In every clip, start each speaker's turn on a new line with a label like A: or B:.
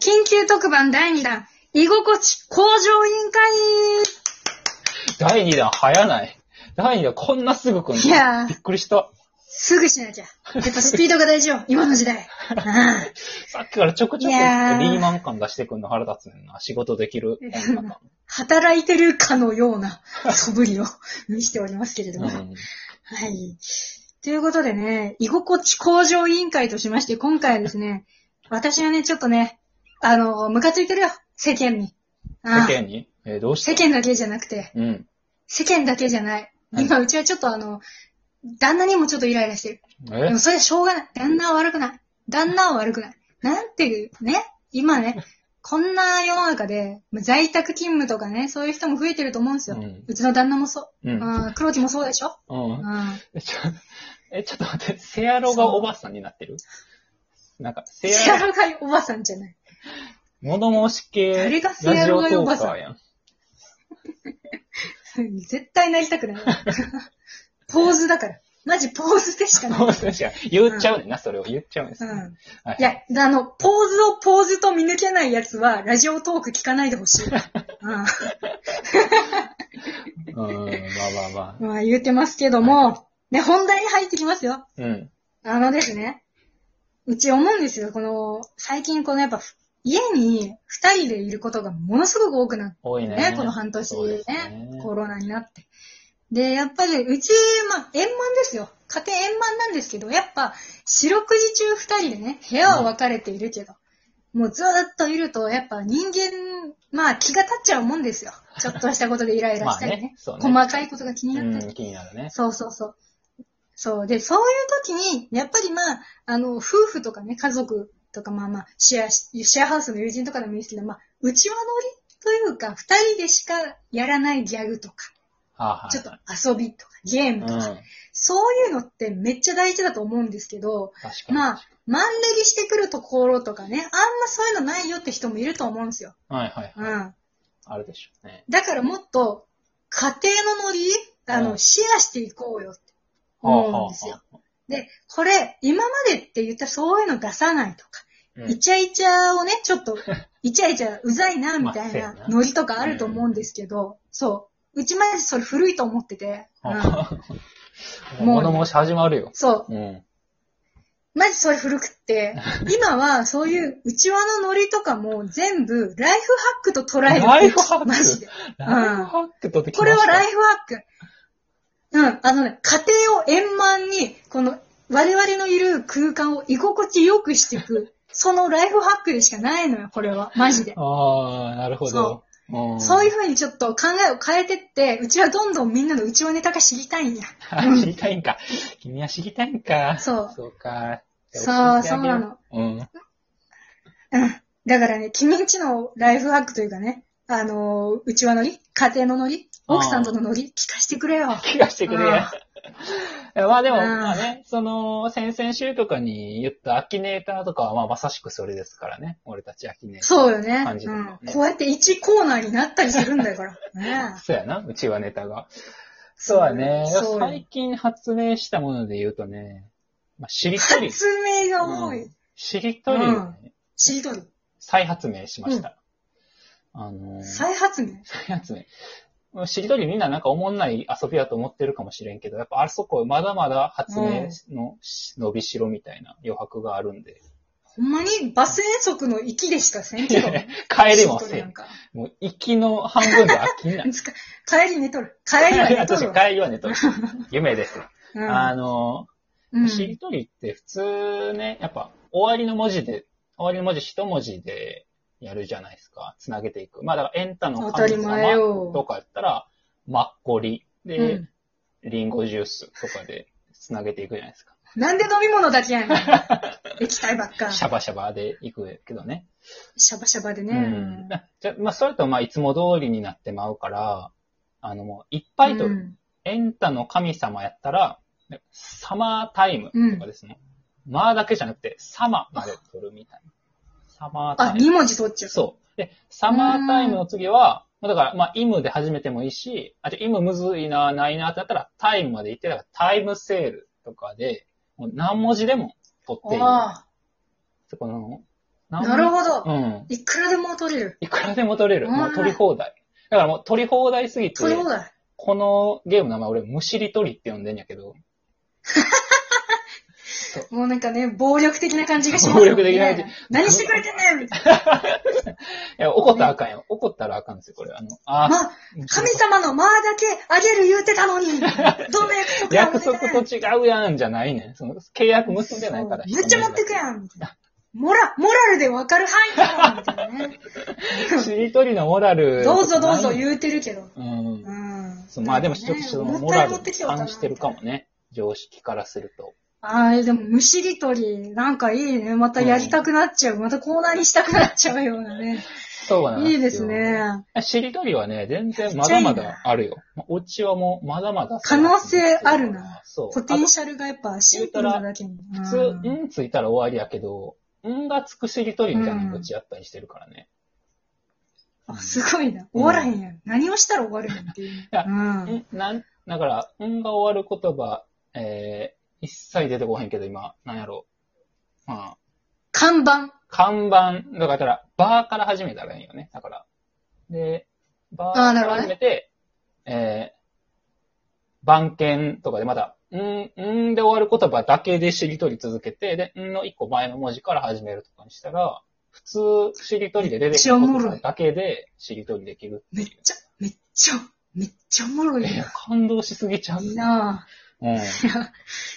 A: 緊急特番第2弾、居心地向上委員会
B: 第2弾早ない。第2弾こんなすぐ来んの
A: いやー
B: びっくりした。
A: すぐしなきゃ。やっぱスピードが大 事よ、今の時代。うん
B: さっきからちょくちょく
A: い
B: リ
A: やー
B: ーマン感出してくんの腹立つねんな。仕事できる女感。
A: 働いてるかのような素振りを 見せておりますけれど
B: う
A: も。
B: ん。
A: はい。ということでね、居心地向上委員会としまして、今回はですね、私はね、ちょっとね、あの、ムカついてるよ、世間に。ああ
B: 世間にえーどうし
A: 世
B: て
A: 間だけじゃなくて、
B: うん。
A: 世間だけじゃない。今、うちはちょっとあの、旦那にもちょっとイライラしてる。で
B: え
A: もそれはしょうがない。旦那は悪くない。旦那は悪くない。なんていう、ね。今ね、こんな世の中で、まあ在宅勤務とかね、そういう人も増えてると思うんですよ。
B: う
A: うんちの旦那もそう。
B: う。
A: うんん、黒木もそうでしょ。
B: うん
A: う。ん。
B: え、ちょ、え、ちょっと待って、セアロがおばさんになってるなんか、セ
A: セア
B: アロ、
A: ロがおばさんじゃない。
B: 物申し系、
A: 誰がセ
B: ラ
A: ア
B: ジ
A: ロ
B: オ
A: が
B: ト
A: おば
B: ー
A: さ
B: カ
A: ん
B: ーやん。
A: 絶対なりたくない。 ポーズだから。マジポーズでしかない。
B: そうですよ言っちゃうねんな、 それを言っちゃうんです
A: う
B: ね。
A: ん。
B: はい
A: いや、あの、ポーズをポーズと見抜けないやつは、ラジオトーク聞かないでほ しい。うん。
B: うん、まあまあまあ。
A: まあ言うてますけども、ね、本題に入ってきますよ。
B: うん。
A: あのですね。うち思うんですよ。この、最近このやっぱ、家に二人でいることがものすごく多くなって
B: 多い
A: ね、
B: ね。
A: この半年
B: そう
A: ね
B: ですね
A: コロナになって。で、やっぱり、うち、まあ、円満ですよ。家庭円満なんですけど、やっぱ、四六時中二人でね、部屋を分かれているけど、もうずーっといると、やっぱ人間、まあ気が立っちゃうもんですよ。ちょっとしたことでイライラしたりね。
B: まあねそうね
A: 細かいことが気になったり
B: うん、気になるね。
A: そうそうそう。そう。で、そういう時に、やっぱりまあ、あの、夫婦とかね、家族とか、まあまあ、シェアし、シェアハウスの友人とかでもいいですけど、まあ、うちわ乗りというか、二人でしかやらないギャグとか、
B: は
A: ちょっ
B: い
A: と遊びとか、ゲームとか、
B: はい。うん。
A: そういうのってめっちゃ大事だと思うんですけど、
B: 確かに。
A: まあ、マンネリしてくるところとかね、あんまそういうのないよって人もいると思うんですよ。
B: はいはい。
A: うん。
B: あるでしょうね。
A: だからもっと、家庭のノリ、あ
B: う
A: の、
B: ん
A: シェアしていこうよって
B: はあ
A: 思うん
B: は
A: です
B: あ
A: よ
B: は。あ
A: で、これ、今までって言ったらそういうの出さないとか、
B: うん
A: イチャイチャをね、ちょっ と、イチャイチャうざいな、みたい
B: まあ
A: な
B: そうやな
A: ノリとかあると思うんですけど、そう。うちまでそれ古いと思ってて、うんうん
B: もう物申し始まるよ。
A: そう。
B: うん。
A: マジそれ古くっ て、今はそういう内輪のノリとかも全部ライフハックと捉えるべき。
B: ライフハッ ク
A: マジで。
B: ライフハックとってき
A: こ
B: ま
A: れ
B: した
A: はライフハック。うん、あのね、家庭を円満に、この、我々のいる空間を居心地よくしていく、 そのライフハックでしかないのよ、これは。マジで。
B: ああ、なるほど。うん
A: そう いう風にちょっと考えを変えてって、うちはどんどんみんなのうちのネタが知りたいんや。
B: あ知りたいんか。君は知りたいんか。
A: そう
B: そうか。
A: そう
B: じゃあ教えてあげよう。う
A: う
B: ん。
A: ん。だからね、君んちのライフハックというかね、あのー、うちわのり家庭のノリ奥さんとのノリ聞かせてくれよ。
B: 気がしてくれや。 まあでも、
A: うん
B: まあね、その、先々週とかに言ったアキネーターとかは、まあまさしくそれですからね。俺たちアキネーター。
A: そうよね。
B: 感じだ
A: う
B: よ
A: ん
B: ね。
A: こうやって1コーナーになったりするんだ から。ねえ
B: そうやな、うちはネタが。そうやね。
A: そうよ
B: 最近発明したもので言うとね、まあ、しりとり。
A: 発明が多
B: う
A: い
B: ん。しりとりをね、
A: うんしりとり。
B: 再発明しました。あのー
A: 再発明。
B: そういうやつね。しりとりみんななんかおもんない遊びだと思ってるかもしれんけど、やっぱあそこまだまだ発明の伸びしろみたいな余白があるんで。
A: ほんまにバス遠足の息でしかせんけど。
B: 帰りも
A: しりと
B: せ
A: りなん
B: ん。
A: か
B: もう行きの半分が飽きない。
A: つか帰り寝とる。帰りは寝と
B: 私
A: るわ。
B: 帰りはね、と 夢です。
A: うん
B: あの、
A: うん
B: しりとりって普通ね、やっぱ終わりの文字で、終わりの文字一文字でやるじゃないですか。つなげていく。まあだからエンタの
A: 当たり前よ
B: とかやったら、マッコリで、
A: うん
B: リンゴジュースとかで繋げていくじゃないですか。
A: なんで飲み物だけ やねん。液体ばっか。
B: シャバシャバでいくけどね。
A: シャバシャバで
B: う
A: ね
B: ん。。じゃ、まあ、それとまあ、いつも通りになってまうから、あの、もう、いっぱいと、
A: うん
B: エンタの神様やったら、サマータイムとかですね。まあだけじゃなくて、サマまで取るみたいな。サマー
A: あ、
B: タイム。
A: 2文字取っちゃう。
B: そう。で、サマータイムの次は、まあだから、まあ、イムで始めてもいいし、あ、じゃあイムむずいな、ないなってなったら、タイムまで行って、だからタイムセールとかで、もう何文字でも取っていい。
A: ああ。
B: そこの、な
A: なるほど。
B: うん。
A: いくらでも取れる。
B: いくらでも取れる。もう取り放題。だからもう取り放題すぎて、
A: 取り放題。
B: このゲームの名前俺、むしり取りって呼んでんやけど、
A: もうなんかね、暴力的な感じがします、ね。
B: 暴力的な感じ。
A: 何してくれてんねんみたい
B: いや、怒ったらあかんよ。怒ったらあかんですよ、これ。あの、あ
A: な。
B: ー
A: まあ、神様の間だけあげる言うてたの に、どんな約束や
B: 約束と違うやんじゃないねん。その契約結んでないから。
A: めっちゃ持ってくやんみたいな。モラ、モラルでわかる範囲だみたいなね。
B: しりとりのモラル。
A: どうぞどうぞ言うてるけど。
B: う
A: う。
B: ん
A: ん。
B: そうまあでも、
A: ね
B: ちょっとその
A: も
B: モ
A: った
B: ラ
A: い持
B: ル
A: ってきて
B: 感じてるかも
A: ね。
B: ね。常識からすると。
A: ああ、でも、むしりとり、なんかいいね。またやりたくなっちゃう。またコーナーにしたくなっちゃうようなね。
B: そうなんですよ。
A: いいです。ね。
B: しりとりはね、全然まだまだあるよ。まあお家はもうまだまだ。
A: 可能性あるな。
B: そう。
A: ポテンシャルがやっぱシンプルなだけに。
B: あと
A: うん
B: 普通、うんついたら終わりやけど、うんがつくしりとりみたいなのうちやったりしてるからね。
A: あすごいな。終わらへんやん。何をしたら終わるやんっていう。
B: や
A: うん。
B: んなん、だから、んが終わる言葉、えー、一切出てこへんけど、今、なんやろう。まあ、
A: 看板。
B: 看板、だから、バーから始めたらいいよね。だから。で、バー
A: あーなる
B: か
A: ほ
B: ら
A: どね
B: 始めて、えー、番犬とかでまた、ん、んで終わる言葉だけでしりとり続けて、で、んの一個前の文字から始めるとかにしたら、普通、しりとりで出てきた言葉だけで、しりとりできるって
A: め
B: い
A: っちゃ、めっちゃ、めっちゃおもろ
B: う。
A: い
B: いや
A: な。、
B: 感動しすぎちゃう。
A: いいなぁ。
B: うん。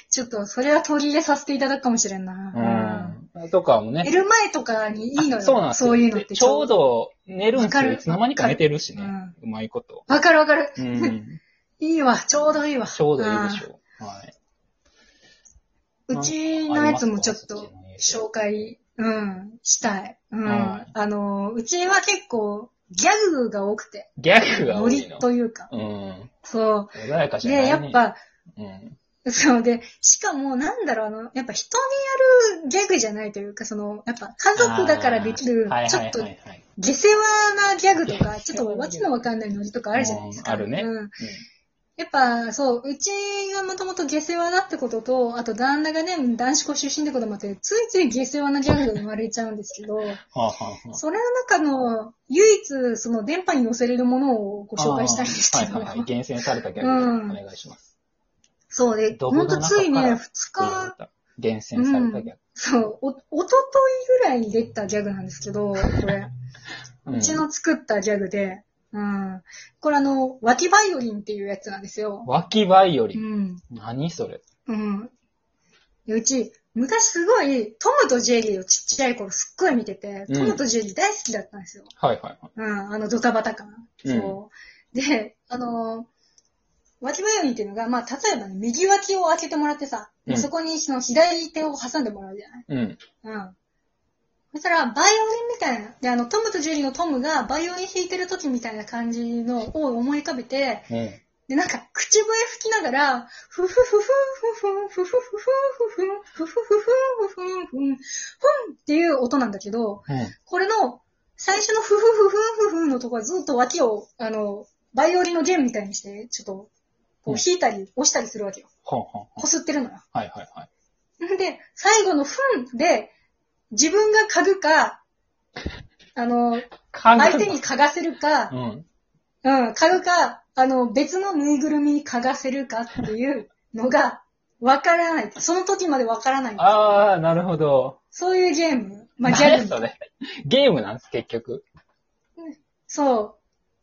A: ちょっと、それは取り入れさせていただくかもしれんな。
B: うん。とかも
A: うん。寝
B: ね。
A: る前とかにいいのよ。
B: そうなんですよ
A: そういうのって。
B: でちょう。ど寝るんです
A: わかる
B: よ。いつの間にか寝てるしね
A: わか。
B: うまいこと。
A: わかるわかる。
B: うん。
A: いいわ。ちょうどいいわ。
B: ちょうどいいでしょう。はい。
A: う
B: なんか
A: ちのやつもちょっ
B: あり
A: と
B: ますか
A: 紹介、うん、したい。うん。
B: はい
A: あの、うちは結構ギャグが多くて、
B: ギャグが
A: ノ
B: 多い
A: リ
B: の。
A: というか。
B: うん。
A: そ
B: 穏やか
A: う。
B: じゃない
A: で、
B: ね。
A: やっ。ぱ、
B: う ん。
A: そうで、しかも、なんだろう、あの、やっぱ人にやるギャグじゃないというか、その、やっぱ家族だからできる
B: あー、
A: ちょっと
B: はいはいはいはい
A: 下世話なギャグとか、
B: 下
A: ち
B: 世
A: ょっ
B: 話な
A: と
B: ギャグ
A: わけのわかんないノリとかあるじゃないですか。
B: うんあるね
A: うん。やっぱ、そう、うちがもともと下世話だってことと、あと旦那がね、男子校出身ってこともあって、ついつい下世話なギャグが生まれちゃうんですけど、
B: うん。はあはあはあ
A: それの中の、唯一、その電波に載せれるものをご紹介したいんですけ
B: あーはいはいはい。
A: ど、
B: 厳選されたギャグ
A: うん
B: でお願いします。
A: そうで、
B: どこ
A: ほ
B: の
A: ん
B: 中
A: と
B: から
A: ついね、2
B: どうだ
A: 日
B: っ、た厳選されたギャ
A: そう、お、おとといぐらいに出たギャグなんですけど、これ。
B: グ。
A: うちの作ったギャグで、うん。これあの、脇バイオリンっていうやつなんですよ。
B: 脇バイオ
A: う
B: リン。
A: ん。
B: 何それ
A: うん。でうち、昔すごい、トムとジェリーをちっちゃい頃すっごい見てて、
B: うん
A: トムとジェリー大好きだったんですよ。
B: はいはいは
A: うん、あのドタバタ感。
B: うん
A: そう。で、あのー、脇バイオリンっていうのが、まあ、例えばね、右脇を開けてもらってさ、
B: うん
A: そこにその左手を挟んでもらうじゃない。
B: い。うん。
A: うん。そしたら、バイオリンみたいな、で、あの、トムとジェリーのトムがバイオリン弾いてる時みたいな感じのを思い浮かべて、
B: うん。
A: で、なんか、口笛吹きながら、ふふふふんふふふふんふふふふんふふふふんふふふんふんっていう音なんだけど、
B: うん。
A: これの、最初のふふふふんふふのとこはずっと脇を、あの、バイオリンの弦みたいにして、ちょっと、こう弾いたり押したりするわけよ。
B: はんはん
A: こすってるのよ。
B: はいはいはい。
A: んで、最後のふんで、自分が嗅ぐか、あの、相手に嗅がせるか
B: う、ん。
A: うん、買うか、あの、別のぬいぐるみに嗅がせるかっていうのが、わからない。その時までわからない。
B: ああ、なるほど。
A: そういうゲーム。まあ、ギャ
B: 何
A: グ。
B: それゲームなんです、結局。
A: そう。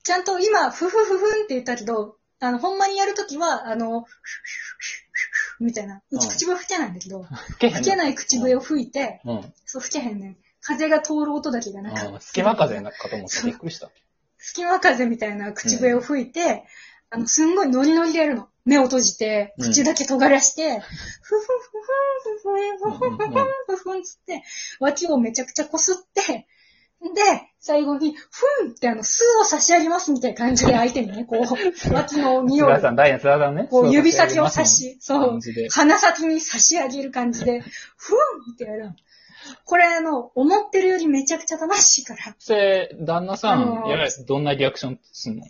A: ちゃんと今、ふふふふんって言ったけど、あの、ほんまにやるときは、あの、ふふふふふみたいな。うち
B: うん
A: 口笛吹けないんだけど、
B: 吹
A: 吹け
B: い。
A: ない口笛を吹いて、
B: うん。
A: そう、吹けへんねん。風が通る音だけがなんか
B: うん。隙間風なかと思ってびっくりした。
A: 隙間風みたいな口笛を吹いて、あの、すんごいノリノリでやるの。目を閉じて、
B: うん
A: 口だけ尖らして、ふふふふん、ふふん、ふふん、ふふん、ふふんつって、脇をめちゃくちゃこすって、で、最後に、ふんってあの、巣を差し上げますみたいな感じで相手にね、こう、脇の身を
B: 菅、さん、ダイヤン、菅さんね。
A: こう指先を差し、そう
B: 感、じで。
A: 鼻先に差し上げる感じで、ふんってやるの。これあの、思ってるよりめちゃくちゃ楽しいから、
B: せ、旦那さ
A: あの
B: ん、
A: ー
B: やられてどんなリアクションすんの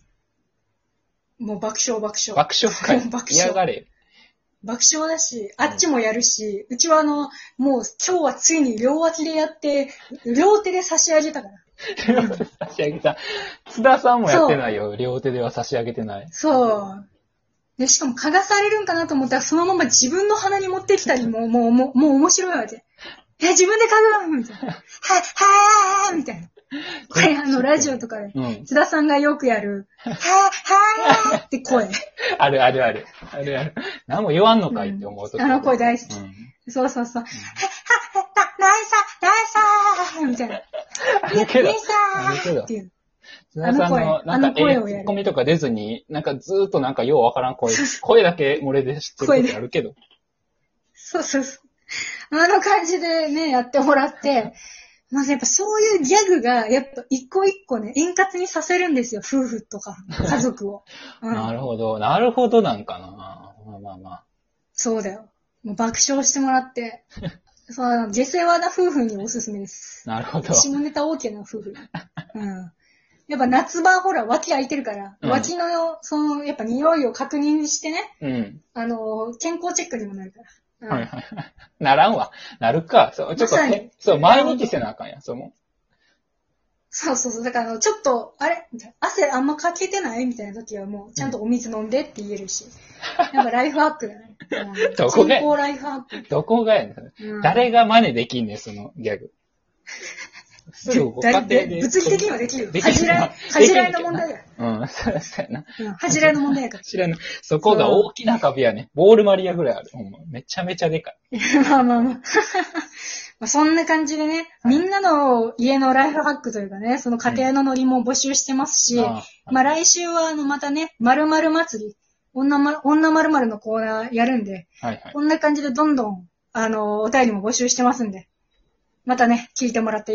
A: もう爆笑爆笑。
B: 爆笑かい
A: 爆笑
B: 嫌がれ。
A: 爆笑だし、あっちもやるし、うちはあの、もう今日はついに両脇でやって、両手で差し上げたから。
B: 差し上げた。津田さんもやってないよ。両手では差し上げてない。
A: そう。で、しかも嗅がされるんかなと思ったら、そのまま自分の鼻に持ってきたり、もう、もう、もう、もう面白いわけ。え、自分で嗅ぐのみたいな。は、はーみたいな。これあの、ラジオとかで、
B: うん。
A: 津田さんがよくやる、は、はーって声。
B: あるあるある。あるある。何も言わんのかいって思うと、
A: あの声大好き。
B: うん。
A: そうそうそう。は、は、は、な、ないさ、ないさーみたたいな。
B: あるけど
A: ね、さ
B: あるけ
A: ー
B: ど
A: っていう。
B: 津田さんの、
A: あ
B: なん
A: の声あ
B: か、え
A: の声をやる
B: ツッコミとか出ずに、なんかずーっとなんかようわからん声、声だけ漏れで知ってる時あるけど。
A: そうそうそう。あの感じでね、やってもら って、まずやっぱそういうギャグが、やっぱ一個一個ね、円滑にさせるんですよ、夫婦とか、家族を。う、
B: なんるほど。なるほどなんかな。まあまあまあ。
A: そうだよ。もう爆笑してもらって。そうあの、下世話な夫婦におすすめです。
B: なるほど。
A: 下ネタ OK な夫婦。うん。やっぱ夏場ほら脇空いてるから、
B: うん
A: 脇の、その、やっぱ匂いを確認してね、
B: うん。
A: あの、健康チェックにもなるから。うん
B: はいはいはい。ならんわ。なるか。そう、ちょっと、
A: まさに
B: そう、毎日せなあかんやん。そう、も
A: そうそうそう。だから、あのちょっと、あれみたいな汗あんまかけてないみたいな時はもう、ちゃんとお水飲んでって言えるし。やっぱライフハックだね。うん
B: どこで
A: 健康ライフハック。
B: うどこがやねん。
A: うん
B: 誰が真似できんねん、その ギャグ。すぐご家
A: だ
B: 庭
A: いで
B: で。
A: 物理的にはできるよ。
B: でき
A: 恥じ
B: るな
A: らい、恥じらいの問題だよ。
B: うん、そうそうやな。
A: うん恥じらいの問題 やか
B: 知らない。そこが大きな壁やね。ボールマリアぐらいある。ほんま。めちゃめちゃでかい。
A: ら。まあまあまあ。まあそんな感じでね、みんなの家のライフハックというかね、その家庭のノリも募集してますし、
B: ああ
A: まあ来週はあのまたね、〇〇祭り、女ま、女〇〇のコーナーやるんで、
B: はいはい。
A: こんな感じでどんどん、あの、お便りも募集してますんで、またね、聞いてもらって